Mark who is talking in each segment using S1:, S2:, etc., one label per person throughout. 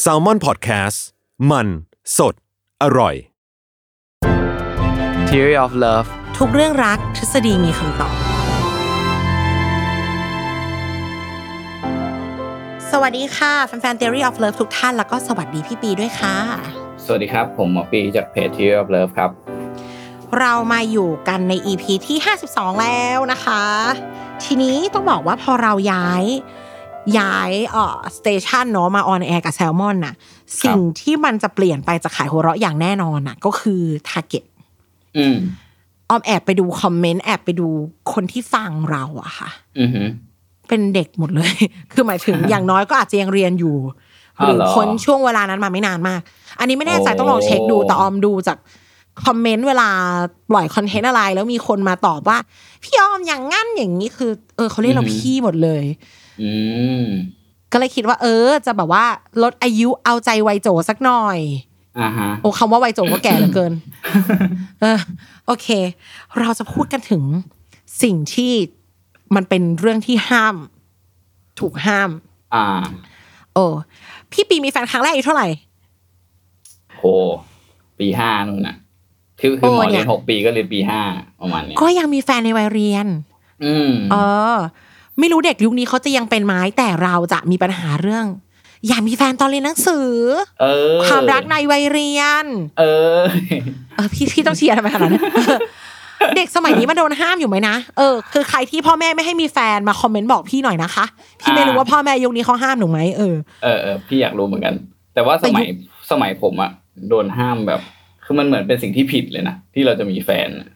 S1: แซลมอนพอดแคสต์มันสดอร่อย
S2: Theory of Love
S3: ทุกเรื่องรักทฤษฎีมีคำตอบ สวัสดีค่ะ แฟนๆ Theory of Love ทุกท่าน แล้วก็สวัสดีพี่ปีด้วยค่ะ
S2: สวัสดีครับ ผมหมอปีจากเพจ Theory of Love ครับ
S3: เรามาอยู่กันใน EP ที่ 52 แล้วนะคะ ทีนี้ต้องบอกว่าพอเราย้ายย้ายเอ่อสเตชันเนาะมาออนแอร์กับแซลมอนน่ะ สิ่งที่มันจะเปลี่ยนไปจากขายหัวเราะอย่างแน่นอนน่ะก็คือทาร์เก็ต
S2: อืม
S3: ออมแอบไปดูคอมเมนต์แอบไปดูคนที่ฟังเราอะค่ะ
S2: อือหือ
S3: เป็นเด็กหมดเลย คือหมาย ถึง อย่างน้อยก็อาจจะยังเรียนอยู่ ห
S2: อ้าว
S3: รือ
S2: เหรอ
S3: พ้นช่วงเวลานั้นมาไม่นานมาก อันนี้ไม่แน่ใจ
S2: โอ้
S3: ต้องลองเช็คดู แต่ออมดูจากคอมเมนต์เวลาปล่อยคอนเทนต์อะไร แล้วมีคนมาตอบว่า พี่ออมอย่างงั้นอย่างนี้คือ เออเขาเรียกเราพี่หมดเลย
S2: อืม
S3: ก็เลยคิดว่า เออ จะแบบว่าลดอายุเอาใจวัยโจสักหน่อย
S2: อ่าฮะ
S3: โอ้คำว่าวัยโจก็แก่เหลือเกิน เออโอเค เราจะพูดกันถึงสิ่งที่มันเป็นเรื่องที่ห้าม ถูกห้าม
S2: อ่า
S3: โอ้พี่ปีมีแฟนครั้งแรกอายุเท่าไหร่
S2: โห ปีห้านู่นน่ะ คือคือ
S3: โอ้
S2: หมอ
S3: เนี่
S2: เรีย
S3: ย
S2: นหกปีก็เรียนปีห้าประมาณเนี้ย
S3: ก็ยังมีแฟนในวัยเรียน
S2: อืม
S3: เออ ไม่รู้เด็กยุคนี้เขาจะยังเป็นไหม้แต่เราจะมีปัญหาเรื่อง อย่ามีแฟนตอนเรียนหนังสือ
S2: เออ
S3: ความรักในวัยเรียน
S2: เออ
S3: เออพี่พี่ต้องเชียร์ทำไมข นาดนั้น เด็กสมัยนี้มันโดนห้ามอยู่ไหมนะเออคือใครที่พ่อแม่ไม่ให้มีแฟนมาคอมเมนต์บอกพี่หน่อยนะคะ พี่ไม่รู้ว่าพ่อแม่ยุคนี้เขาห้ามหนูไหมเออ
S2: เออเออพี่อยากรู้เหมือนกัน แต่ว่าสมัยสมัยผมอะโดนห้ามแบบ คือมันเหมือนเป็นสิ่งที่ผิดเลยนะ ที่เราจะมีแฟนน่ะ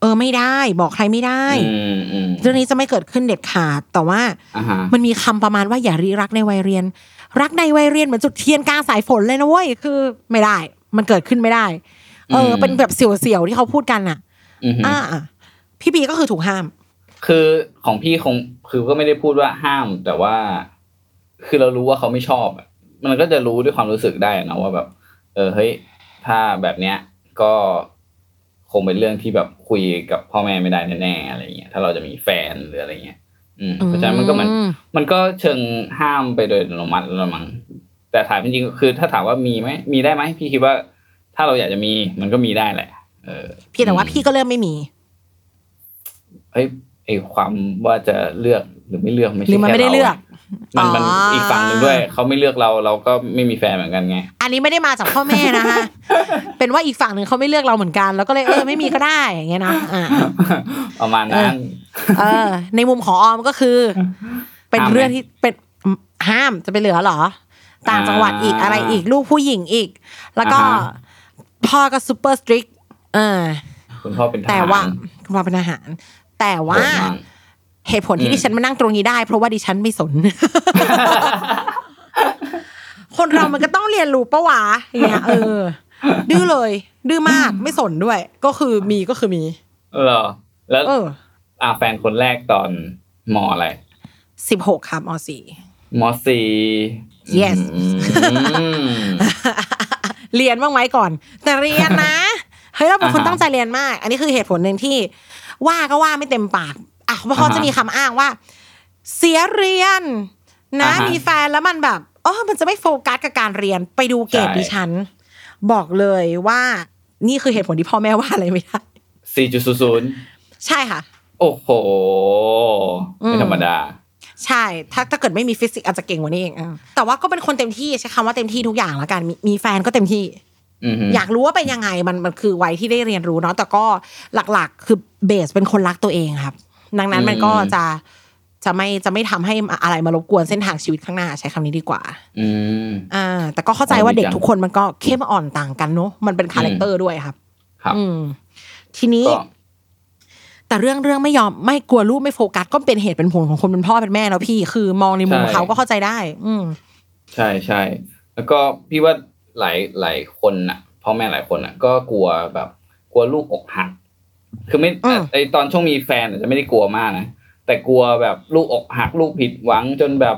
S3: เออไม่ได้บอกใครไม่ได้
S2: อืมอืม
S3: เรื่องนี้จะไม่เกิดขึ้นเด็ดขาด แต่ว่า
S2: อ่าฮะ
S3: มันมีคำประมาณว่าอย่ารีรักในวัยเรียน รักในวัยเรียนเหมือนจุดเทียนกลางสายฝนเลยนะเว้ยคือ ไม่ได้ มันเกิดขึ้นไม่ได้ เออ เป็นแบบเสียวๆที่เขาพูดกันอ่ะ
S2: อือหือ
S3: อ่าพี่ปีก็คือถูกห้าม
S2: คือของพี่คงคือก็ไม่ได้พูดว่าห้าม แต่ว่า คือเรารู้ว่าเขาไม่ชอบอะมันก็จะรู้ด้วยความรู้สึกได้นะว่าแบบ เออเฮ้ย ถ้าแบบเนี้ย ก็คงเป็นเรื่องที่แบบคุยกับพ่อแม่ไม่ได้แน่ๆอะไรเงี้ยถ้าเราจะมีแฟนหรืออะไรเงี้ยอืมเพราะฉะนั้นมันก็มัน
S3: อืม
S2: มันก็เชิงห้ามไปโดยอัตโนมัติแล้วละมั้งแต่ถามจริงๆคือถ้าถามว่ามีไหมมีได้ไหมพี่คิดว่า ถ้าเราอยากจะมีมันก็มีได้แหละ เออ
S3: เพียงแต่ว่าพี่ก็เริ่มไม่มี
S2: เฮ้ยไอความว่าจะเลือกหรือไม่เลือกไม่
S3: หรื
S2: ใช่
S3: อมัน
S2: แค่
S3: ไม่ได้
S2: เรา
S3: เลือก
S2: มันมัน
S3: อ๋ออี
S2: อีกฝั่งหนึ่งด้วยเขาไม่เลือกเราเราก็ไม่มีแฟนเหมือนกันไง
S3: อันนี้ไม่ได้มาจากพ่อแม่นะฮะ เป็นว่าอีกฝั่งหนึ่งเขาไม่เลือกเราเหมือนกัน แล้วก็เลยเออไม่มีก็ได้อย่างเงี้ยนะอ่า
S2: ประมาณนั้น
S3: เออ ในมุมของออมก็คือ เป็น
S2: ห้ามไหม
S3: เรื่องที่เป็นห้ามจะไปเหลือเหรอ ต่างจังหวัดอีก
S2: อ่า
S3: อะไรอีกลูกผู้หญิงอีก แล้วก็
S2: อ่าฮะ
S3: พ่อก็ซูเปอร์สตริกเออ
S2: คุณพ่อเป็นทหาร
S3: แต่ว่าคุณพ่อเป็นอาหาร แต่ว่า
S2: ผมมั่ง
S3: เหตุผลที่ดิฉันมานั่งตรงนี้ได้ เพราะว่าดิฉันไม่ สน คนเรามันก็ต้องเรียนรู้ปะวะเนี่ยเออ ดื้อเลย ดื้อมากไม่สนด้วย ก็คือมีก็คือมี
S2: เหรอ แล้ว
S3: เออ
S2: อ่าแฟนคนแรกตอนมอะไร
S3: สิบหกครับมสี่
S2: มสี่
S3: Yes
S2: อืม
S3: เรียนบ้างไหมก่อน แต่เรียนนะ เฮ้ยเราเป็นคน
S2: อ่าฮะ
S3: ตั้งใจเรียนมาก อันนี้คือเหตุผลหนึ่งที่ ว่าก็ว่าไม่เต็มปากอ่ะเพราะเขา
S2: อ่าฮะ
S3: จะมีคำอ้างว่า เสียเรียน นะ
S2: อ่าฮะ
S3: มีแฟนแล้วมันแบบเออมันจะไม่โฟกัสกับการเรียนไปดูเกรด
S2: ใช่
S3: ดิฉัน บอกเลยว่า นี่คือเหตุผลที่พ่อแม่ว่าอะไรไม่ได้
S2: สี่จุดศูนย์ศูนย์
S3: ใช่ค่ะ
S2: โอ้โห
S3: อืม
S2: ไม่ธรรมดา
S3: ใช่ ถ้าถ้าเกิดไม่มีฟิสิกส์อาจจะเก่งกว่านี้เองอืมแต่ว่าก็เป็นคนเต็มที่ใช้คำว่าเต็มที่ทุกอย่างละกันมีมีแฟนก็เต็มที่
S2: อือหือ
S3: อยากรู้ว่าเป็นยังไงมันมันคือวัยที่ได้เรียนรู้เนาะแต่ก็หลักๆ คือเบสเป็นคนรักตัวเองครับ ดังนั้นมันก็จะจะไม่จะไม่ทำให้อะไรมารบกวนเส้นทางชีวิตข้างหน้าใช้คำนี้ดีกว่า
S2: อืม
S3: อ่าแต่ก็เข้าใจว่า
S2: อ๋อดี
S3: เด็ก
S2: จัง
S3: ทุกคนมันก็เข้มอ่อนต่างกันเนาะมันเป็นคาแรคเตอร์ด้วยครับ
S2: ครับ
S3: อืม ทีนี้
S2: ก็
S3: แต่เรื่องเรื่องไม่ยอมไม่กลัวลูกไม่โฟกัสก็เป็นเหตุเป็นผลของคนเป็นพ่อเป็นแม่แล้วพี่ คือมองในมุม
S2: ใช่
S3: เขาก็เข้าใจได้ อืม
S2: ใช่ใช่แล้วก็พี่ว่าหลายหลายคนน่ะพ่อแม่หลายคนน่ะ ก็กลัวแบบกลัวลูกอกหัก คือไม่
S3: อืม
S2: ไอตอนช่วงมีแฟนอาจจะไม่ได้กลัวมากนะแต่กลัวแบบลูกอกหัก ลูกผิดหวังจนแบบ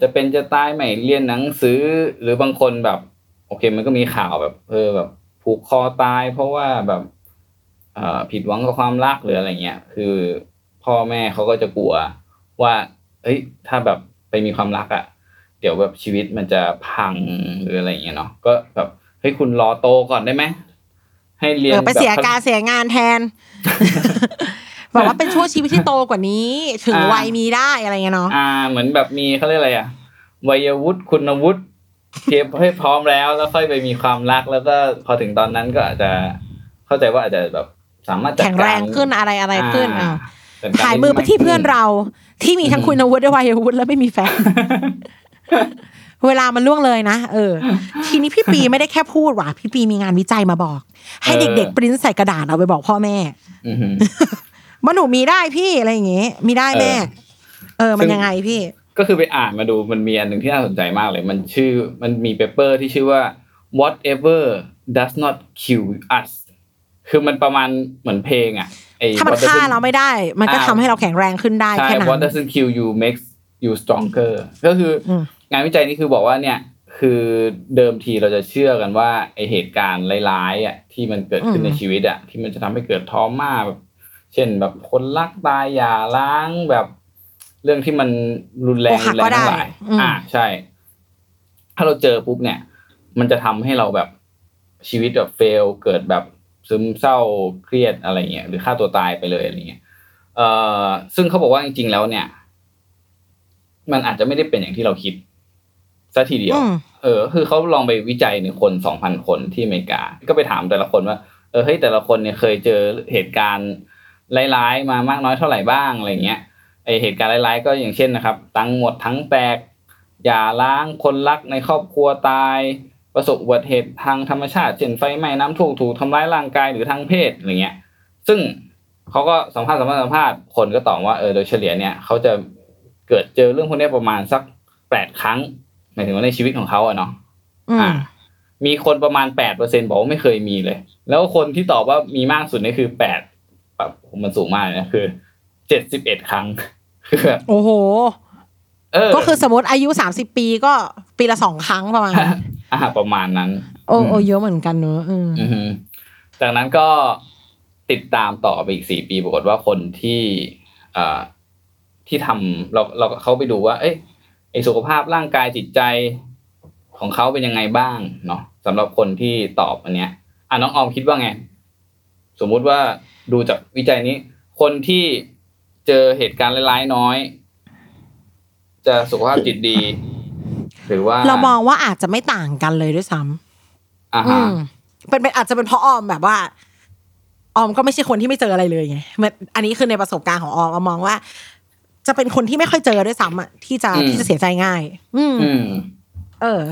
S2: จะเป็นจะตายไม่เรียนหนังสือ หรือบางคนแบบ โอเค มันก็มีข่าวแบบ เออแบบ ผูกคอตาย เพราะว่าแบบเอ่อผิดหวังกับความรักหรืออะไรเงี้ยคือพ่อแม่เขาก็จะกลัวว่า เฮ้ย ถ้าแบบไปมีความรักอะ่ะ เดี๋ยวแบบชีวิตมันจะพังหรืออะไรอย่างเงี้ยเนาะก็แบบเฮ้ยคุณรอโตก่อนได้ไหมให้เรียน
S3: เออไปเสีย
S2: แบบ
S3: การเสียงานแท น บอกว่าเป็นช่วงชีวิตที่โตกว่านี้ ถึง
S2: อ่า
S3: วัยนี้ได้อะไรเงี้ยเนาะ
S2: อ่าเหมือนแบบมีเขาเรียกอะไรอ่ะวัยวุฒิคุณวุฒิเทียบให้พร้อมแล้วแล้วค่อยไปมีความรักแล้วก็พอถึงตอนนั้นก็อาจจะเข้าใจว่าอาจจะแบบสามารถจัด
S3: แข็ง
S2: กา
S3: แรงขึ้นอะไรอะไรขึ้นอ่า
S2: จัดกร
S3: ถ่ายมือไปที่เพื่อนเรา ที่มีทั้งคุณอาวุธและวัยอาวุธแล้วไม่มีแฟน เวลามันล่วงเลยนะ เออ ทีนี้พี่ปีไม่ได้แค่พูดว่ะพี่ปีมีงานวิจัยมาบอก ให้เด็กๆปริ้นใส่กระดาษเอาไปบอกพ่อแม่
S2: อือหือ
S3: ว่าหนูมีได้พี่อะไรอย่างเงี้ยมีได้แม่ เออ มันยังไงพี่
S2: ก็คือไปอ่านมาดูมันมีอันหนึ่งที่น่าสนใจมากเลย มันชื่อมันมีเปเปอร์ที่ชื่อว่า whatever does not kill us คือมันประมาณเหมือนเพลงอ่ะไอ้
S3: ถ้ามัน
S2: What doesn't-
S3: ฆ่าเราไม่ได้ มันก็
S2: อ่า
S3: ทำให้เราแข็งแรงขึ้นได้
S2: ใช่
S3: แค่นั้น
S2: What doesn't kill you makes you stronger ก็คืออ
S3: ม
S2: งานวิจัยนี้คือบอกว่าเนี่ย คือเดิมทีเราจะเชื่อกันว่าไอเหตุการณ์ร้ายๆอ่ะที่มันเกิดขึ้นในชีวิตอ่ะที่มันจะทำให้เกิดทอมาแบบ เช่นแบบคนรักตายหย่าร้างแบบเรื่องที่มันรุนแร
S3: อ
S2: ง
S3: กหัก
S2: รุนแรง
S3: ก็ได้
S2: ทั้งหลาย
S3: อืม
S2: อ่าใช่ ถ้าเราเจอปุ๊บเนี่ย มันจะทำให้เราแบบชีวิตแบบเฟล เกิดแบบซึมเศร้าเครียดอะไรเงี้ยหรือฆ่าตัวตายไปเลยอะไรเงี้ยเอ่อซึ่งเขาบอกว่าจริงๆแล้วเนี่ย มันอาจจะไม่ได้เป็นอย่างที่เราคิดซะทีเดียว
S3: อืม
S2: เออ คือเขาลองไปวิจัยในคนสองพันคนที่อเมริกา ก็ไปถามแต่ละคนว่า เออเฮ้ยแต่ละคนเนี่ยเคยเจอเหตุการณ์ร้ายๆมามากน้อยเท่าไหร่บ้างอะไรเงี้ยไอเหตุการณ์ร้ายๆก็อย่างเช่นนะครับ ตังค์หมดทั้งแตกหย่าร้างคนรักในครอบครัวตาย ประสบอุบัติเหตุทางธรรมชาติเช่นไฟไหม้น้ำท่วมถูกทำร้ายร่างกายหรือทางเพศอะไรเงี้ย ซึ่งเขาก็สัมภาษณ์สัมภาษณ์สัมภาษณ์คนก็ตอบว่าเออโดยเฉลี่ยเนี่ยเขาจะเกิดเจอเรื่องพวกเนี้ยประมาณสักแปดครั้งหมายถึงว่าในชีวิตของเขาอะเนาะ
S3: อืม
S2: อ่ะมีคนประมาณแปดเปอร์เซ็นบอกว่าไม่เคยมีเลย แล้วคนที่ตอบว่ามีมากสุดนี่คือแปดแบบมันสูงมากเลยนะคือเจ็ดสิบเอ็ดครั้ง คือแบบ
S3: โอ้โห
S2: เออ
S3: ก็คือสมมติอายุสามสิบปีก็ปีละสองครั้งประมาณนั้น
S2: อ่าประ มาณนั้น
S3: โอ้โอ้เยอะเหมือนกันเนอะอืม
S2: อือฮึจากนั้นก็ติดตามต่อไปอีกสี่ปีปรากฏว่าคนที่เอ่อที่ทำเราเราเขาไปดูว่า เอ้ยไอสุขภาพร่างกายจิตใจของเขาเป็นยังไงบ้างเนาะสำหรับคนที่ตอบอันเนี้ยอ่ะน้องออมคิดว่าไง สมมุติว่าดูจากวิจัยนี้ คนที่เจอเหตุการณ์ร้ายๆน้อย จะสุขภาพจิตดี หรือว่า
S3: เรามองว่าอาจจะไม่ต่างกันเลยด้วยซ้ำ
S2: อ่า
S3: อื
S2: ฮะ
S3: มเป็นเป็นอาจจะเป็นเพราะออมแบบว่า ออมก็ไม่ใช่คนที่ไม่เจออะไรเลยไงมันอันนี้คือในประสบการณ์ของออมออมมองว่า จะเป็นคนที่ไม่ค่อยเจอด้วยซ้ำอ่ะที่จะที่จะเสียใจง่าย อืม
S2: อืม
S3: เออ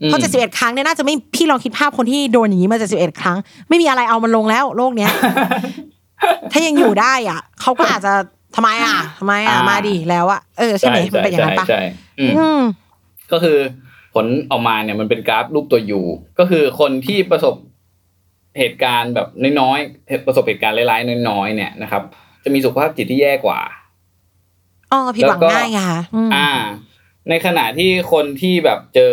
S2: อืม
S3: เพราะเจ็ดสิบเอ็ดครั้งเนี่ยน่าจะไม่พี่ลองคิดภาพคนที่โดนอย่างนี้มาเจ็ดสิบเอ็ดครั้ง ไม่มีอะไรเอามันลงแล้วโลกเนี้ย ถ้ายังอยู่ได้อ่ะเขาก็อาจจะทำไมอ่ะทำไมอ่ะ
S2: อ่าม
S3: มาดีแล้วอ่ะเออใช่ไหมมันเป็นอย่างนั้นปะ
S2: ใช่ใช่อืม
S3: อืม
S2: ก็คือผลออกมาเนี่ยมันเป็นกราฟรูปตัว U ก็คือคนที่ประสบเหตุการณ์แบบน้อยๆประสบเหตุการณ์ร้ายๆน้อยๆเนี่ยนะครับ จะมีสุขภาพจิตที่แย่กว่า
S3: อ๋อผิดหวัง
S2: แล้วก็
S3: ง่ายไงคะอืม
S2: อ่า ในขณะที่คนที่แบบเจอ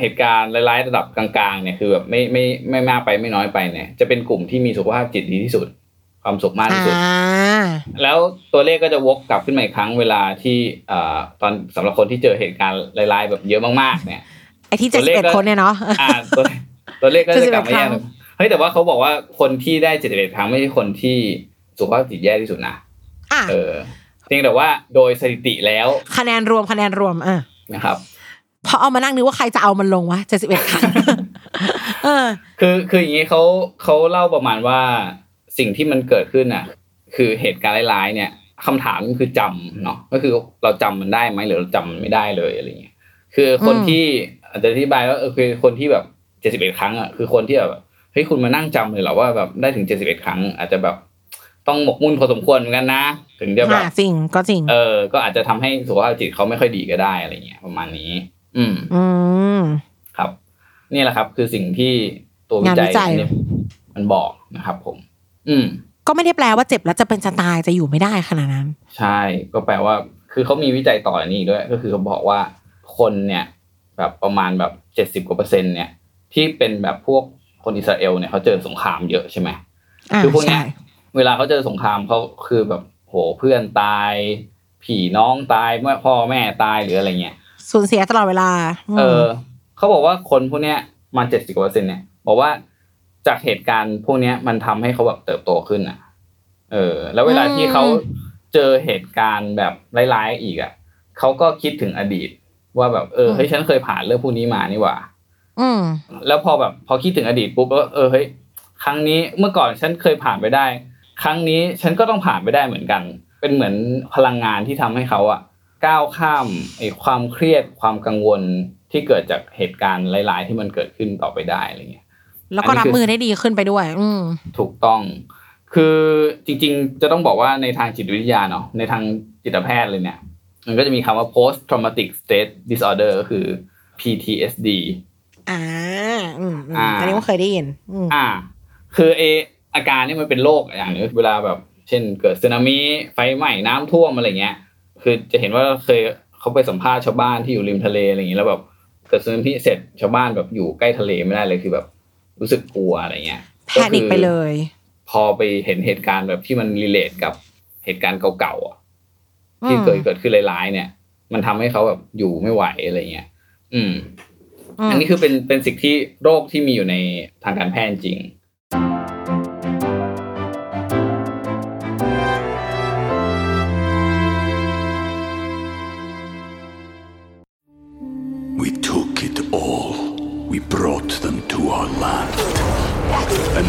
S2: เหตุการณ์ร้ายๆระดับกลางๆเนี่ยคือแบบไม่ไม่ไม่มากไปไม่น้อยไปเนี่ย จะเป็นกลุ่มที่มีสุขภาพจิตดีที่สุด ความสุขมากที่สุด
S3: อ่า
S2: แล้วตัวเลขก็จะวกกลับขึ้นมาอีกครั้งเวลาที่เอ่อตอนสำหรับคนที่เจอเหตุการณ์ร้ายๆแบบเยอะมากๆเนี่ย
S3: ไอที่
S2: ตั
S3: เจ็ด
S2: ว
S3: สิ
S2: เล
S3: บ
S2: ขก็
S3: เอ็ดคนเนี่ยเนาะ
S2: อ่าตัวตัวเลขก็ จะกลับ
S3: 71
S2: มาแย่
S3: ครั้ง
S2: เฮ้ยแต่ว่าเขาบอกว่าคนที่ได้เจ็ดสิบเอ็ดครั้งไม่ใช่คนที่สุขภาพจิตแย่ที่สุดนะ
S3: อ่ะ
S2: เออเพียงแต่ว่าโดยสถิติแล้ว
S3: คะแนนรวมคะแนนรวมอ่ะ
S2: นะครับ
S3: พอเอามานั่งนึกว่าใครจะเอามันลงวะเจ็ดสิบเอ็ดค รั้ง เออ
S2: คือคืออย่างนี้เขาเขาเล่าประมาณว่าสิ่งที่มันเกิดขึ้นน่ะ คือเหตุการณ์ร้ายๆเนี่ยคำถามคือจำเนาะก็คือเราจำมันได้ไหมหรือเราจำมันไม่ได้เลยอะไรเงี้ยคือคน
S3: อืม
S2: ที่อาจจะอธิบายว่าเออคือคนที่แบบเจ็ดสิบเอ็ดครั้งอ่ะคือคนที่แบบเฮ้ยคุณมานั่งจำเลยเหรอว่าแบบได้ถึงเจ็ดสิบเอ็ดครั้ง อาจจะแบบต้องหมกมุ่นพอสมควรเหมือนกันนะ ถึงจะแบ
S3: อ่ะ
S2: บ
S3: จริงก็จริง
S2: เออ ก็อาจจะทำให้สุขภาพจิตเขาไม่ค่อยดีก็ได้อะไรเงี้ยประมาณนี้ อืม
S3: อืม
S2: ครับ นี่แหละครับ คือสิ่งที่ตัววิ
S3: งาน
S2: จัย
S3: วิจัย
S2: เนี่ยมันบอกนะครับ ผม อืม
S3: ก็ไม่ได้แปลว่าเจ็บแล้วจะเป็นจะตายจะอยู่ไม่ได้ขนาดนั้น
S2: ใช่ก็แปลว่า คือเขามีวิจัยต่ออันนี้อีกด้วย ก็คือเขาบอกว่าคนเนี่ย แบบประมาณแบบเจ็ดสิบ70กว่าเปอร์เซ็นต์เนี่ย ที่เป็นแบบพวกคนอิสราเอลเนี่ยเขาเจอสงครามเยอะใช่ไหม
S3: อ่า
S2: คือพวกเนี้
S3: ใช่
S2: ยเวลาเขาเจอสงครามเขาคือแบบโหเพื่อนตาย ผีน้องตายแม่พ่อแม่ตายหรืออะไรเงี้ย
S3: สูญเสียตลอดเวลา
S2: เออ
S3: ม
S2: เขาบอกว่าคนพวกเนี้ยมาเจ็ดสิบกว่าเปอร์เซ็นต์เนี่ยบอกว่าจากเหตุการณ์พวกเนี้ยมันทำให้เขาแบบเติบโตขึ้นอ่ะ เออ แล้วเวลาที่เขาเจอเหตุการณ์แบบร้ายๆอีกอ่ะเขาก็คิดถึงอดีต ว่าแบบเออเฮ้ยฉันเคยผ่านเรื่องพวกนี้มานี่หว่า
S3: อืม
S2: แล้วพอแบบพอคิดถึงอดีตปุ๊บก็เออเฮ้ยครั้งนี้เมื่อก่อนฉันเคยผ่านไปได้ ครั้งนี้ฉันก็ต้องผ่านไปได้เหมือนกัน เป็นเหมือนพลังงานที่ทำให้เขาอะก้าวข้ามไอ้ความเครียดความกังวลที่เกิดจากเหตุการณ์ร้าย ๆ ที่มันเกิดขึ้นต่อไปได้อะไรเงี้ย
S3: แล้วก็
S2: อันนี้
S3: รับ
S2: คือ
S3: มือได้ดีขึ้นไปด้วย อืม
S2: ถูกต้อง คือจริงๆ จะต้องบอกว่าในทางจิตวิทยาเนาะ ในทางจิตแพทย์เลยเนี่ย มันก็จะมีคำว่า post traumatic stress disorder ก็คือ PTSD
S3: อ่า อืมอืม
S2: อ่า
S3: อันนี้ก็เคยได้ยิน อืม
S2: อ่า คือเออาการเนี่ยมันเป็นโรคอย่างหนึงเวลาแบบ เช่น เกิดสึนามิไฟไหม้น้ำท่วมอะไรเงี้ย คือจะเห็นว่าเคยเขาไปสัมภาษณ์ชาวบ้านที่อยู่ริมทะเลอะไรอย่างเงี้ยแล้วแบบเกิดสึนามิเสร็จชาวบ้านแบบอยู่ใกล้ทะเลไม่ได้เลยคือแบบ รู้สึกกลัวอะไรเงี้ย
S3: แพนิกไปเลย
S2: พอไปเห็นเหตุการณ์แบบที่มันรีเลทกับเหตุการณ์เก่าๆอะที่
S3: อืม
S2: เคยเกิดขึ้นร้ายๆเนี่ย มันทำให้เขาแบบอยู่ไม่ไหวอะไรเงี้ยอืม
S3: ม
S2: อันนี้คือเป็นเป็นสิ่งที่โรคที่มีอยู่ในทางการแพทย์จริง
S4: We took it all. We brought them to our land. An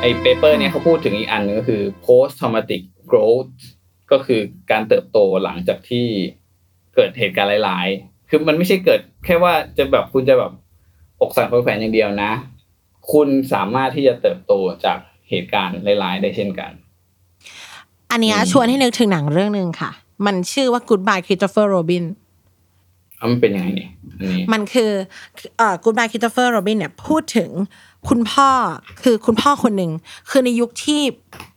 S2: ไอ้เปเปอร์เนี่ยเขาพูดถึงอีกอันหนึงก็คือ post traumatic growth ก็คือการเติบโตหลังจากที่เกิดเหตุการณ์ร้ายๆ คือมันไม่ใช่เกิดแค่ว่าจะแบบคุณจะแบบอกสั่นขวัญแขวนอย่างเดียวนะ คุณสามารถที่จะเติบโตจากเหตุการณ์ร้ายๆ ได้เช่นกัน
S3: อันเนี้ยชวนให้นึกถึงหนังเรื่องหนึ่งค่ะ มันชื่อว่า Goodbye Christopher Robin
S2: เอามันเป็นยังไงเนี่ยอันนี้
S3: มันคือเอ่อ Goodbye Christopher Robin เนี่ยพูดถึงคุณพ่อคือคุณพ่อคนหนึ่ง คือในยุคที่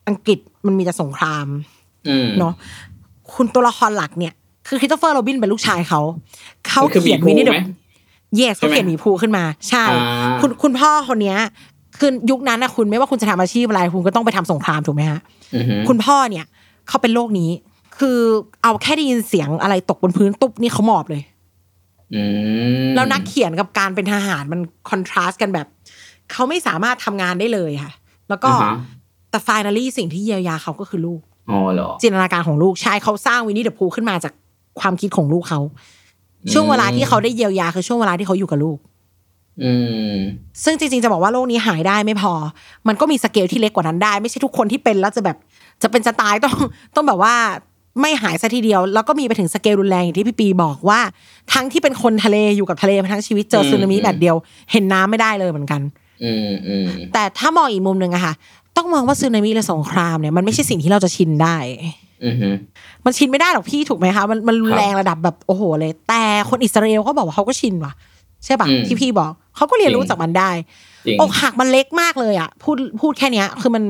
S3: อังกฤษมันมีแต่สงคราม
S2: อืม
S3: เนาะคุณตัวละครหลักเนี่ย คือคริสโตเฟอร์โรบินเป็นลูกชายเขาเขา
S2: คือหมี
S3: เขียน
S2: ภู
S3: วินนี่เด
S2: ไหม
S3: เยสเขาเขียนหมีภูขึ้นมา ใช่
S2: อ่า
S3: คุณคุณพ่อคนเนี้ยคือยุคนั้นนะคุณไม่ว่าคุณจะทำอาชีพอะไร คุณก็ต้องไปทำสงครามถูกไหมฮะ
S2: อือฮึ
S3: คุณพ่อเนี่ยเขาเป็นโรคนี้ คือเอาแค่ได้ยินเสียงอะไรตกบนพื้นตุ๊บนี่เขาหมอบเลย
S2: อืม
S3: แล้วนักเขียนกับการเป็นทหารมันคอนทราสต์กันแบบเขาไม่สามารถทำงานได้เลยค่ะ แล้วก็
S2: อ่าฮะ
S3: แต่ finally สิ่งที่เยียวยาเขาก็คือลูก
S2: อ๋อเหรอ
S3: จินตนาการของลูกใช่เขาสร้างวินนี่เดอะพูขึ้นมาจากความคิดของลูกเขา ช่วงเวลาที่เขาได้เยียวยาคือช่วงเวลาที่เขาอยู่กับลูก
S2: อืม
S3: ซึ่งจริงๆจะบอกว่าโรคนี้หายได้ไม่พอ มันก็มีสเกลที่เล็กกว่านั้นได้ ไม่ใช่ทุกคนที่เป็นแล้วจะแบบจะเป็นจะตายต้อง ต้องแบบว่าไม่หายซะทีเดียว แล้วก็มีไปถึงสเกลรุนแรงอย่างที่พี่ปีบอกว่า ทั้งที่เป็นคนทะเลอยู่กับทะเลมาทั้งชีวิตเจอสึนามิ
S2: อืม
S3: แบบเดียว เห็นน้ำไม่ได้เลยเหมือนกัน
S2: อืมอืม
S3: แต่ถ้ามองอีกมุมหนึ่งอะค่ะ ต้องมองว่าสึนามิและสงครามเนี่ยมันไม่ใช่สิ่งที่เราจะชินได้
S2: อือฮึ
S3: มันชินไม่ได้หรอกพี่ถูกไหมคะมันมันรุนแรง
S2: ครับ
S3: ระดับแบบโอ้โหเลย แต่คนอิสราเอลเขาบอกว่าเขาก็ชินว่ะ ใช่ปะ
S2: อืม
S3: ที่พี่บอกเขาก็เรียนรู้
S2: จริง
S3: จากมันได้
S2: จริง
S3: อกหักมันเล็กมากเลยอ่ะ พูดพูดแค่เนี้ย คือมัน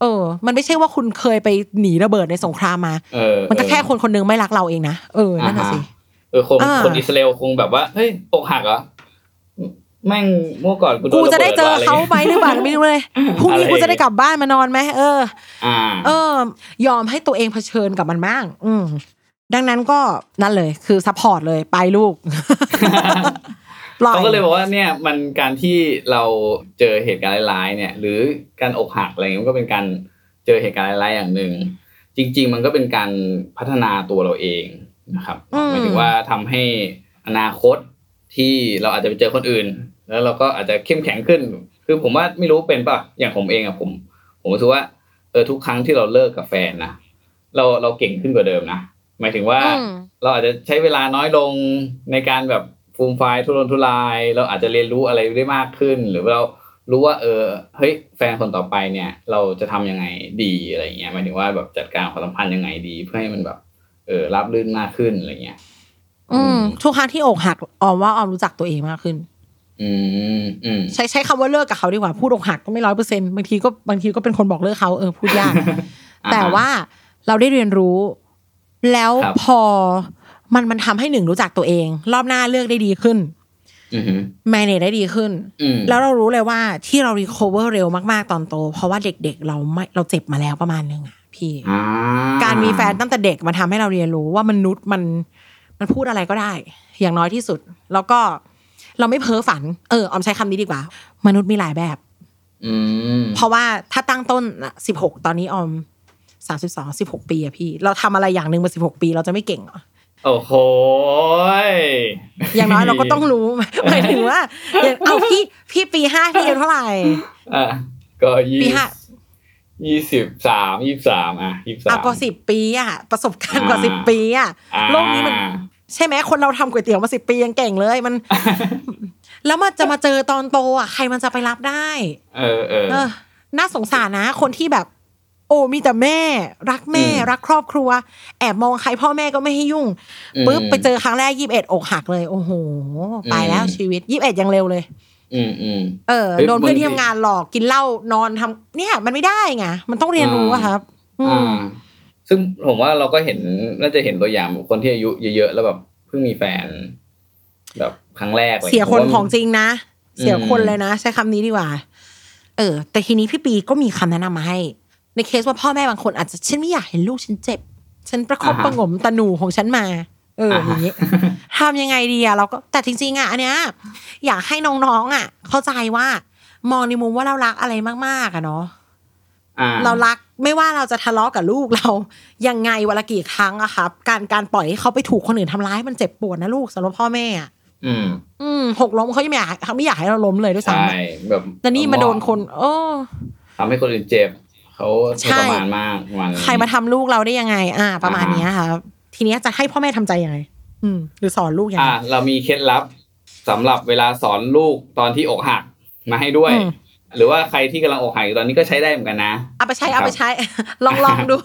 S3: เออ มันไม่ใช่ว่าคุณเคยไปหนีระเบิดในสงครามมา
S2: เออ
S3: มันก็แค่
S2: เออ
S3: คนคนหนึงไม่รักเราเองนะเออนั่นน่ะสิ
S2: อ่าฮะ เออคง
S3: อ่า
S2: คนอิสราเอลคงแบบว่าเฮ้ยอกหักเหรอแม่งเมื่อก่อนกูโด
S3: กู
S2: นรบิด
S3: จะได้เจอ
S2: ว่ร
S3: เขา
S2: งี้ย
S3: ไหมหรือเปล่าไม่รู้เลยพรุ่งนี้
S2: อะไร
S3: กูจะได้กลับบ้านมานอนไหมเออ
S2: อ่า
S3: เออยอมให้ตัวเองเผชิญกับมันบ้างอืมดังนั้นก็นั่นเลย คือซัพพอร์ตเลยไปลู ก ปล่อย
S2: เขาก็เลยบอกว่าเนี่ยมันการที่เราเจอเหตุการณ์ร้ายๆเนี่ย หรือการอกหักอะไรเงี้ยมันก็เป็นการเจอเหตุการณ์ร้ายๆอย่างหนึ่งจริง ๆ มันก็เป็นการพัฒนาตัวเราเองนะครับหมายถึงว่าทำให้ อนาคตที่เราอาจจะไปเจอคนอื่น แล้วเราก็อาจจะเข้มแข็งขึ้น คือผมว่าไม่รู้เป็นป่ะอย่างผมเองอะผม ผมรู้สึกว่าเออทุกครั้งที่เราเลิกกับแฟนนะเราเราเก่งขึ้นกว่าเดิมนะหมายถึงว่า
S3: อืม
S2: เราอาจจะใช้เวลาน้อยลงในการแบบฟูมไฟล์ทุรนทุราย เราอาจจะเรียนรู้อะไรได้มากขึ้น หรือว่าเรารู้ว่า เออเฮ้ยแฟนคนต่อไปเนี่ย เราจะทำยังไงดีอะไรเงี้ยหมายถึงว่าแบบจัดการความสัมพันธ์ยังไงดี เพื่อให้มันแบบเออรับรื่นมากขึ้นอะไรเงี้ย
S3: อืมทุกครั้งที่อกหักออมว่าออมรู้จักตัวเองมากขึ้น
S2: อืมอืม
S3: ใช้ใช้คำว่าเลิกกับเขาดีกว่าพูดอกหักก็ไม่ร้อยเปอร์เซ็นต์บางทีก็บางทีก็เป็นคนบอกเลิกเขา เออพูดยาก
S2: อ่า
S3: แต่ว่าเราได้เรียนรู้ แล้ว
S2: ครับ
S3: พอมันมันทำให้หนึ่งรู้จักตัวเอง รอบหน้าเลือกได้ดีขึ้น
S2: อืมอืม
S3: แมเนจได้ดีขึ้น
S2: อืม
S3: แล้วเรารู้เลยว่าที่เรา recover เร็วมากๆตอนโต เพราะว่าเด็กๆ เราไม่เราเจ็บมาแล้วประมาณนึงอะพี่
S2: อ่า
S3: การมีแฟนตั้งแต่เด็กมันทำให้เราเรียนรู้ว่ามนุษย์มันมันพูดอะไรก็ได้ อย่างน้อยที่สุด แล้วก็เราไม่เพ้อฝันเออออมใช้คำนี้ดีกว่า มนุษย์มีหลายแบบ
S2: อืม
S3: เพราะว่าถ้าตั้งต้นสิบหกตอนนี้ออมสามสิบสองสิบหกปีอะพี่ เราทำอะไรอย่างหนึ่งมาสิบหกปี เราจะไม่เก่งเหรอ
S2: โอ้โหย
S3: อย่างน้อยเราก็ต้องรู้ หมายถึง ว่าอย่างเอาพี่พี่ปีห้าพี่อายุเท่าไหร่
S2: อ่ะก็ยี่
S3: ปีห้า
S2: ยี่สิบสามยี่สิบสามอ่ะยี่สิบสา
S3: อ่ะ
S2: ม
S3: กว่าสิบปีอะประสบการณ์กว่า
S2: อ่า
S3: สิบปีอะ
S2: อ่า
S3: โลกนี้มัน ใช่ไหมคนเราทำก๋วยเตี๋ยวมาสิบปียังเก่งเลย มัน แล้วมันจะมาเจอตอนโตอ่ะใครมันจะไปรับได้
S2: เออเออ
S3: เออ น่าสงสารนะ คนที่แบบ โอ้มีแต่แม่ รักแม่
S2: อืม
S3: รักครอบครัว แอบมองใครพ่อแม่ก็ไม่ให้ยุ่ง
S2: ม
S3: ปุ๊บไปเจอครั้งแรกยี่บเอ็ดอกหักเลย โอ้โหตายแล้ว
S2: อืม
S3: ชีวิตยี่บเอ็ดยังเร็วเลย
S2: อืมอืม
S3: เออ
S2: เฮ้ย
S3: โดนเพื่อนที่
S2: บางที
S3: ทำงานหลอกกินเหล้านอนทำเนี่ย มันไม่ได้ไงมันต้องเรียนรู้อะครับ อื
S2: อ่
S3: มา
S2: ซึ่งผมว่าเราก็เห็นน่าจะเห็นตัวอย่างแบบคนที่อายุเยอะๆแล้วแบบเพิ่งมีแฟน แบบครั้งแรกอะไร
S3: เสียคน
S2: ผมว่า
S3: ของจริงนะ เสียคน
S2: อืม
S3: เลยนะ ใช้คำนี้ดีกว่า เออ แต่ทีนี้พี่ปีก็มีคำแนะนำมาให้ ในเคสว่าพ่อแม่บางคนอาจจะฉันไม่อยากเห็นลูกฉันเจ็บ ฉันประคบประหงมตะหนูของฉันมา เอออย่างนี้ทำยังไงดีอะเราก็แต่จริงๆอะอันเนี้ยอยากให้น้องๆอะเข้าใจว่า มองในมุมว่าเรารักอะไรมากๆอะเนาะ
S2: อ่า
S3: เรารักไม่ว่าเราจะทะเลาะกับลูกเรา ยังไงวันละกี่ครั้งอะครับ การการปล่อยให้เขาไปถูกคนอื่นทำร้ายมันเจ็บปวดนะลูกสำหรับพ่อแม่อะ
S2: อืม
S3: อืมหกล้มเขายังไม่อยากเขาไม่อยากให้เราล้มเลยด้วยซ้ำอ
S2: ใช่
S3: ะ
S2: แบบ
S3: แต่นี่มาโดนคน โอ้
S2: ทำให้คนอื่นเจ็บเขา
S3: ใช่
S2: ทรมานมากประมาณนั้น
S3: ใครมาทำลูกเราได้ยังไง อ่า ประมาณ
S2: อ่า
S3: เนี้ยครับทีเนี้ยจะให้พ่อแม่ทำใจยังไง อืม หรือสอนลูกยัง
S2: อ่า
S3: ไง
S2: เรามีเคล็ดลับสำหรับเวลาสอนลูกตอนที่อกหักมาให้ด้วย
S3: อืม
S2: หรือว่าใครที่กำลังอกหักอยู่ตอนนี้ก็ใช้ได้เหมือนกันนะ
S3: เอาไปใช้เอาไปใช้ ลอง
S2: อ่า
S3: ลองดู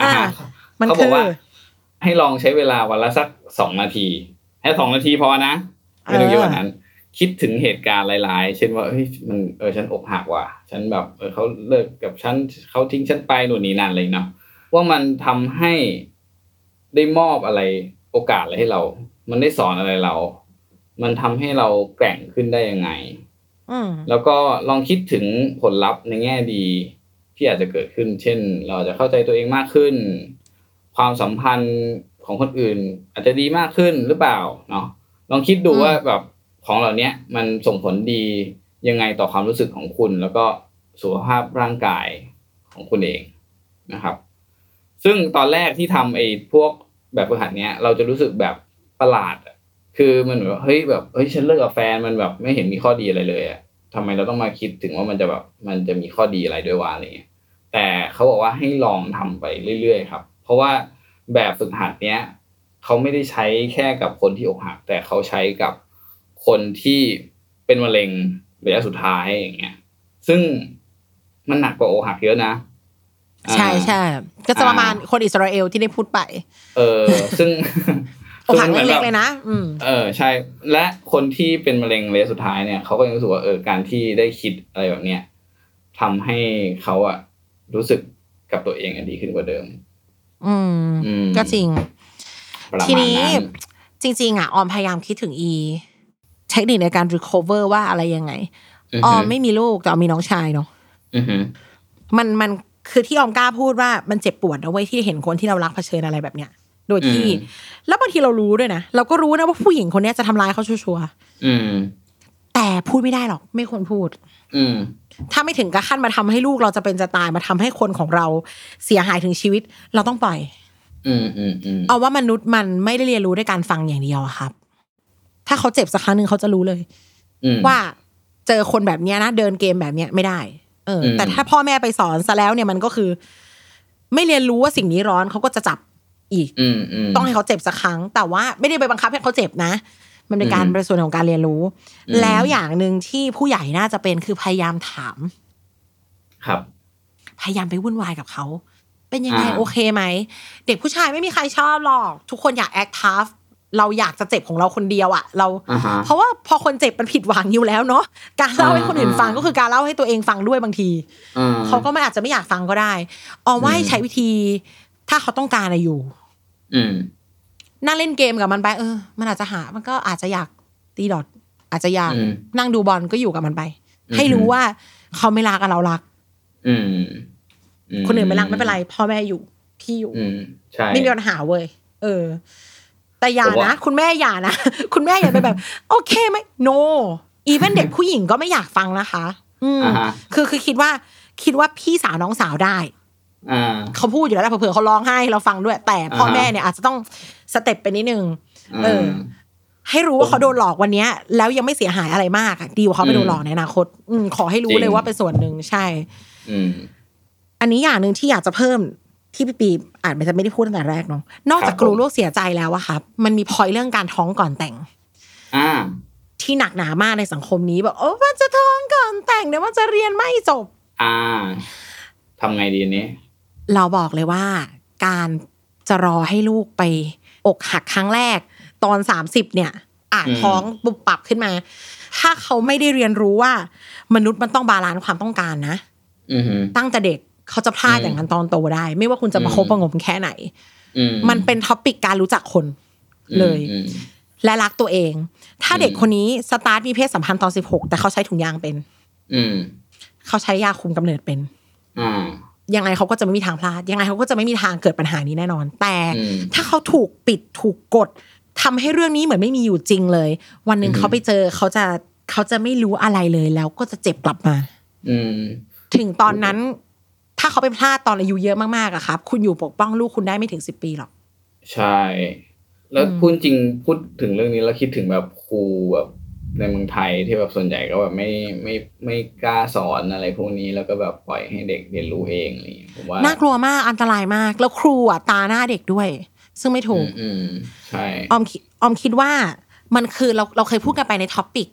S3: อ่า มัน
S2: เขาบ
S3: คือ อก
S2: ว่า ให้ลองใช้เวลาวันละสักสองนาทีแค่สองนาทีพอนะไม่ต้องเยอะกว่านั้น คิดถึงเหตุการณ์หลาย ๆ เช่นว่าเฮ้ยมันเออฉันอกหักว่ะฉันแบบเออเขาเลิกกับฉันเขาทิ้งฉันไปหนู่นนี่นั่นอะไรเนาะว่ามันทำให้ได้มอบอะไรโอกาสอะไรให้เรา มันได้สอนอะไรเรา มันทำให้เราแกร่งขึ้นได้ยังไง
S3: อืม
S2: แล้วก็ลองคิดถึงผลลัพธ์ในแง่ดีที่อาจจะเกิดขึ้น เช่น เราอาจจะเข้าใจตัวเองมากขึ้น ความสัมพันธ์ของคนอื่น อาจจะดีมากขึ้นหรือเปล่าเนาะลองคิดดู
S3: อืม
S2: ว่าแบบของเหล่านี้มันส่งผลดียังไงต่อความรู้สึกของคุณ แล้วก็สุขภาพร่างกายของคุณเองนะครับ ซึ่งตอนแรกที่ทำไอ้พวกแบบฝึกหัดเนี้ย เราจะรู้สึกแบบประหลาดอะคือมันเหมือนว่าเฮ้ยแบบเฮ้ยฉันเลิกกับแฟนมันแบบไม่เห็นมีข้อดีอะไรเลยอะ ทำไมเราต้องมาคิดถึงว่ามันจะแบบมันจะมีข้อดีอะไรด้วยวะอะไรเงี้ยแต่เขาบอกว่าให้ลองทำไปเรื่อยๆครับ เพราะว่าแบบฝึกหัดเนี้ยเขาไม่ได้ใช้แค่กับคนที่อกหัก แต่เขาใช้กับคนที่เป็นมะเร็งระยะสุดท้ายอย่างเงี้ย ซึ่งมันหนักกว่าอกหักเยอะนะอ่า
S3: ใช่ใช่ก็จะประมาณ
S2: อ่า
S3: คนอิสราเอลที่ได้พูดไป
S2: เออ ซึ่ง
S3: อกหัก
S2: ซึ่งมัน
S3: เล็ก
S2: แบบ
S3: ๆเลยนะอืม
S2: เออใช่และคนที่เป็นมะเร็งระยะสุดท้ายเนี่ยเขาก็ยังรู้สึกว่าเออการที่ได้คิดอะไรแบบเนี้ยทำให้เขาอะรู้สึกกับตัวเองอะดีขึ้นกว่าเดิม
S3: อืม
S2: อืม
S3: ก็จริง
S2: ประมาณ
S3: ทีนี้
S2: นั้น
S3: จริง ๆ อ่ะ ออมพยายามคิดถึงอีเทคนิคในการ recover ว่าอะไรยังไง ออมไม่มีลูก แต่ออมมีน้องชายเนาะ
S2: อือฮึ
S3: มันมันคือที่ออมกล้าพูดว่ามันเจ็บปวดนะเว้ยที่เห็นคนที่เรารักเผชิญอะไรแบบเนี้ย โดยที่ แล้วบางทีเรารู้ด้วยนะ เราก็รู้นะว่าผู้หญิงคนเนี้ยจะทำร้ายเขาชัวร์
S2: อืม
S3: ๆแต่พูดไม่ได้หรอก ไม่ควรพูด
S2: อืม
S3: ถ้าไม่ถึงกับขั้นมาทำให้ลูกเราจะเป็นจะตายมาทำให้คนของเราเสียหายถึงชีวิต เราต้องปล่อย
S2: อืมอืมอืม
S3: เอาว่ามนุษย์มันไม่ได้เรียนรู้ด้วยการฟังอย่างเดียวอะครับ ถ้าเขาเจ็บสักครั้งหนึ่งเขาจะรู้เลย
S2: อืม
S3: ว่าเจอคนแบบเนี้ยนะเดินเกมแบบเนี้ยไม่ได้ เอออ
S2: ม
S3: แต่ถ้าพ่อแม่ไปสอนซะแล้วเนี่ยมันก็คือ ไม่เรียนรู้ว่าสิ่งนี้ร้อนเขาก็จะจับอีก
S2: อืมอืม
S3: ต้องให้เขาเจ็บสักครั้ง แต่ว่าไม่ได้ไปบังคับให้เขาเจ็บนะ มันเป็นการ
S2: อืม
S3: เป็นส่วนของการเรียนรู้
S2: อืม
S3: แล้วอย่างหนึ่งที่ผู้ใหญ่น่าจะเป็นคือพยายามถาม
S2: ครับ
S3: พยายามไปวุ่นวายกับเขา เป็นยังไง
S2: อ่า
S3: โอเคไหม เด็กผู้ชายไม่มีใครชอบหรอก ทุกคนอยากแอคทัฟเราอยากจะเจ็บของเราคนเดียวอะเรา
S2: อ่าฮะ
S3: เพราะว่าพอคนเจ็บมันผิดหวังอยู่แล้วเนาะการเล่าให้คนอื่นฟัง
S2: อ่า
S3: ก็คือการเล่าให้ตัวเองฟังด้วยบางที
S2: อ่
S3: เขาก็ไม่อาจจะไม่อยากฟังก็ได้ออมว่าให้
S2: อืม
S3: ใช้วิธี ถ้าเขาต้องการอะอยู่
S2: อืม
S3: นั่งเล่นเกมกับมันไปเออ มันอาจจะหา มันก็อาจจะอยากตีดอทอาจจะอยาก
S2: อืม
S3: นั่งดูบอลก็อยู่กับมันไป
S2: อืม
S3: ให้รู้ว่าเขาไม่รักกับเรารัก
S2: อืมอื
S3: คนอื่นไม่รักไม่เป็นไรพ่อแม่อยู่พี่อยู่
S2: อืมใช่
S3: ไม่มีปัญหาเว้ย เออ แต่อย่า
S2: ผม
S3: นะ
S2: ว่า
S3: คุณแม่อย่านะ คุณแม่อย่าไปแบบ โอเคไหม no อี เวนเด็กผู้หญิงก็ไม่อยากฟังนะคะ อืม
S2: อ่าฮะ
S3: คือคือคิดว่า คิดว่าพี่สาวน้องสาวได้
S2: อ่า
S3: เขาพูดอยู่แล้วแหละเผื่อๆเขาร้องไห้เราฟังด้วย แต่พ่อแม่เนี่ยอาจจะต้องสเต็ปไปนิดนึง เออ ให้รู้ว่าเขาโดนหลอกวันเนี้ย แล้วยังไม่เสียหายอะไรมากอะดีกว่าเขาไปโดนหลอกในอนาคต อืมขอให้รู้
S2: จริง
S3: เลยว่าเป็นส่วนหนึ่งใช่
S2: อืม
S3: อันนี้อย่างหนึ่งที่อยากจะเพิ่มที่พี่ปีอาจจะไม่ได้พูดตั้งแต่แรกเนาะนอกจาก
S2: ครั
S3: ก
S2: บผม
S3: ลัวลูกเสียใจแล้วอะครับมันมีพอยเรื่องการท้องก่อนแต่ง
S2: อ่า
S3: ที่หนักหนามากในสังคมนี้แบบโอ้มันจะท้องก่อนแต่งเดี๋ยวมันจะเรียนไม่จบ
S2: อ่าทำไงดีอันนี้
S3: เราบอกเลยว่า การจะรอให้ลูกไป อกหักครั้งแรก ตอน 30 เนี่ย อาจ
S2: อืม
S3: ท้องปุบปับขึ้นมา ถ้าเขาไม่ได้เรียนรู้ว่า มนุษย์มันต้องบาลานซ์ความต้องการนะ
S2: อืม
S3: ตั้งแต่เด็กเขาจะพลาด
S2: อืม
S3: อย่างนั้นตอนโตได้ ไม่ว่าคุณจะประคบ
S2: อืม
S3: ประหงมแค่ไหน
S2: อืม
S3: มันเป็นท็อปิกการรู้จักคนเลย
S2: อืม
S3: และรักตัวเอง ถ้า
S2: อืม
S3: เด็กคนนี้สตาร์ทมีเพศสัมพันธ์ตอน 16 แต่เขาใช้ถุงยางเป็น
S2: อืม
S3: เขาใช้ยาคุมกำเนิดเป็น
S2: อ่า
S3: ยังไงเขาก็จะไม่มีทางพลาด ยังไงเขาก็จะไม่มีทางเกิดปัญหานี้แน่นอน แต่
S2: อืม
S3: ถ้าเขาถูกปิดถูกกดทำให้เรื่องนี้เหมือนไม่มีอยู่จริงเลย วันหนึ่ง
S2: อืม
S3: เขาไปเจอเขาจะเขาจะไม่รู้อะไรเลยแล้วก็จะเจ็บกลับมา
S2: อืม
S3: ถึงตอนนั้น ถ้าเขาไปพลาดตอนอายุเยอะมากๆอะครับ คุณอยู่ปกป้องลูกคุณได้ไม่ถึงสิบปีหรอก
S2: ใช่ แล้ว
S3: อืม
S2: พูดจริงพูดถึงเรื่องนี้แล้วคิดถึงแบบครูแบบในเมืองไทยที่แบบส่วนใหญ่ก็แบบไม่ไม่ไม่กล้าสอนอะไรพวกนี้แล้วก็แบบปล่อยให้เด็กเรียนรู้เองอะไรอย่างเงี้ยผมว่า
S3: น่ากลัวมากอันตรายมาก แล้วครูอะตาหน้าเด็กด้วย ซึ่งไม่ถู
S2: อื
S3: ก
S2: มอืมใช่
S3: ออมคิดออมคิดว่ามันคือเราเราเคยพูดกันไปในท็อปิก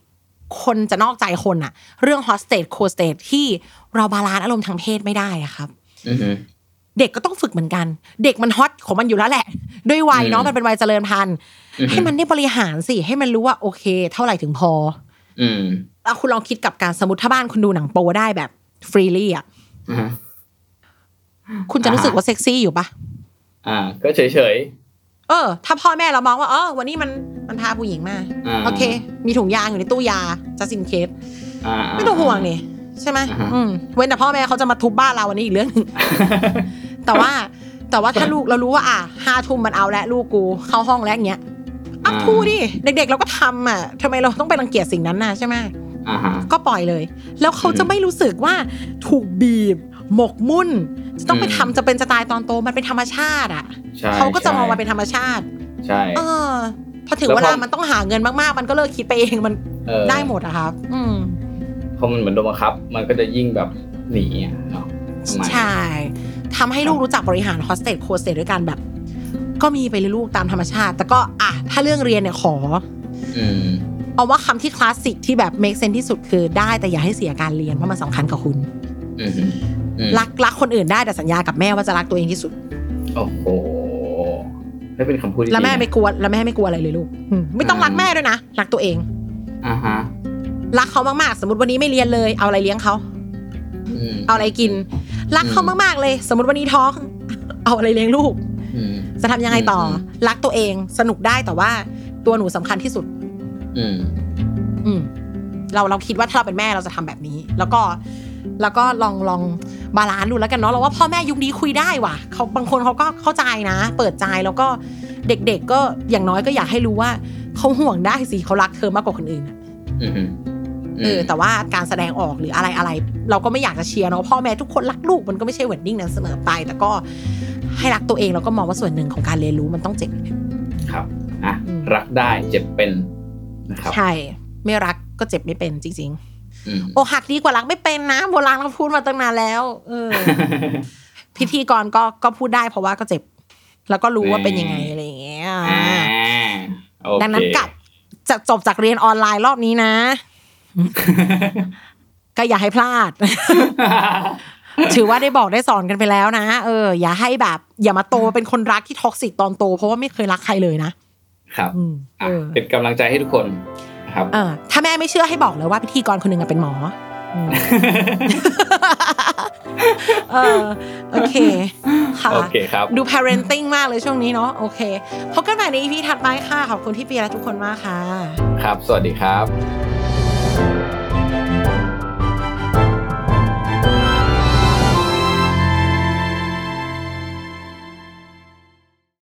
S3: คนจะนอกใจคนอะเรื่องฮอสเตดโคสเตดที่เราบาลานซ์อารมณ์ทางเพศไม่ได้อะครับ
S2: อือฮึ
S3: เด็กก็ต้องฝึกเหมือนกัน เด็กมันฮอตของมันอยู่แล้วแหละ ด้วยวัยเนาะมันเป็นวัยเจริญพันธุ์
S2: อืม
S3: ให้มันได้บริหารสิ ให้มันรู้ว่าโอเค เท่าไหร่ถึงพอ
S2: อืม
S3: แล้วคุณลองคิดกับการสมมติถ้าบ้านคุณดูหนังโปได้แบบฟรีลี่อะ
S2: อ่าฮะ
S3: คุณจะรู้สึกว่าเซ็กซี่อยู่ปะ
S2: อ่า ก็เฉยเฉย
S3: เออ ถ้าพ่อแม่เรามองว่าเออวันนี้มันมันพาผู้หญิงมา
S2: ๆา
S3: โอเค มีถุงยางอยู่ในตู้ยาจัสตินเคส
S2: อ่า
S3: ไม่ต้องห่วงนี่ใช่ไหม
S2: อ่าฮะ
S3: อืมเว้นแต่พ่อแม่เขาจะมาทุบบ้านเราอันนี้อีกเรื่องหนึง แต่ว่าแต่ว่าถ้าลูกเรารู้ว่า อ่ะห้าทุ่มมันเอาและลูกกูเข้าห้องแล้วอย่างเงี้ยอ่ะพูดดิเด็ก ๆ เราก็ทำอ่ะทำไมเราต้องไปรังเกียจสิ่งนั้นน่ะใช่ไหม
S2: อ่าฮะ
S3: ก็ปล่อยเลย แล้วเขาจะ
S2: อืม
S3: ไม่รู้สึกว่าถูกบีบ หมกมุ่น จะต้องไป
S2: อืม
S3: ทำจะเป็นจะตายตอนโตมันเป็นธรรมชาติอ่ะ
S2: ใช่
S3: เขาก็จะมอง
S2: ใช่
S3: มาเป็นธรรมชาติ
S2: ใช่
S3: เออพอถึง
S2: แล้ว
S3: เว
S2: พอ
S3: ลามันต้องหาเงินมากๆ มันก็เลิกคิดไปเองมัน
S2: เออ
S3: ได้หมดอะครับ อืม
S2: พอมันเหมือนโดนบังคับ มันก็จะยิ่งแบบหนีอะเนาะประมาณนั้น
S3: ใช่ทำให้ลูกรู้จักบริหารฮอสเตสโคสเตสด้วยกันแบบ ก็มีไปเลยลูกตามธรรมชาติ แต่ก็อ่ะถ้าเรื่องเรียนเนี่ยขอ
S2: อืม
S3: เอาว่าคำที่คลาสสิกที่แบบ make sense ที่สุดคือได้แต่อย่าให้เสียการเรียน เพราะมันสำคัญกับคุณ
S2: อืมอืม
S3: รักรักคนอื่นได้แต่สัญญากับแม่ว่าจะรักตัวเองที่สุด
S2: โอ้โหไม่เป็นคำพูดที่
S3: แล้วแม่
S2: ดีนะ
S3: ไม่กลัวแล้วแม่ไม่กลัวอะไรเลยลูกอืมไม่ต้อง
S2: อืม
S3: รักแม่ด้วยนะ รักตัวเอง
S2: อ่าฮะ
S3: รักเขามากๆ สมมติวันนี้ไม่เรียนเลย เอาอะไรเลี้ยงเขา
S2: อืม
S3: เอาอะไรกิน รักเขา
S2: อืม
S3: มากๆเลย สมมติวันนี้ท้อง เอาอะไรเลี้ยงลูก
S2: อืม
S3: จะทำยังไงต่ออ
S2: ม
S3: รักตัวเองสนุกได้แต่ว่าตัวหนูสำคัญที่สุด
S2: อืม
S3: อืมเราเราคิดว่าถ้าเราเป็นแม่เราจะทำแบบนี้ แล้วก็แล้วก็ลองลองบาลานซ์ดูแล้วกันเนาะเราว่าพ่อแม่ยุคนี้คุยได้ว่ะเขาบางคนเขาก็เข้าใจนะ เปิดใจแล้วก็เด็กๆก็อย่างน้อยก็อยากให้รู้ว่าเขาห่วงได้สิเขารักเธอมากกว่าคนอื่นอะ
S2: อืมอืม
S3: เออแต่ว่าการแสดงออกหรืออะไรอะไร เราก็ไม่อยากจะเชียร์เนาะพ่อแม่ทุกคนรักลูกมันก็ไม่ใช่เวดดิ้งนั้นเสมอไป แต่ก็ให้รักตัวเองแล้วก็มองว่าส่วนหนึ่งของการเรียนรู้มันต้องเจ็บ
S2: ครับ อ่ะ
S3: อืม
S2: รักได้เจ็บเป็น นะครับ
S3: ใช่ ไม่รักก็เจ็บไม่เป็นจริง
S2: อืม
S3: ๆ โอหักดีกว่ารักไม่เป็นนะโบราณเขาพูดมาตั้งนานแล้วเออ พิธีกรก็ก็พูดได้เพราะว่าก็เจ็บ แล้วก็รู้ว่าเป็นยังไงอะไรอย่างเงี้ย
S2: อ่าโอเค
S3: ดังนั้นกลับจะจบจากเรียนออนไลน์รอบนี้ นะ ก็อย่าให้พลา ด ถือว่าได้บอกได้สอนกันไปแล้วนะ เออ อย่าให้แบบ อย่ามาโตเป็นคนรักที่ท็อกซิกตอนโต เพราะว่าไม่เคยรักใครเลยนะครับ อืม
S2: อ่ะ
S3: เออ
S2: เป็นกำลังใจให้ทุกคนนะครับ
S3: เออ ถ้าแม่ไม่เชื่อให้บอกเลยว่าพิธีกรคนหนึ่งอะเป็นหมออื มเออโอเคค่ะ
S2: โอเคครับ
S3: ดู parenting มากเลยช่วงนี้เนาะโอเคพบกันใหม่ใน EP ถัดไปค่ะ ขอบคุณที่เปียและทุกคนมากค่ะ
S2: ครับ สวัสดีครับ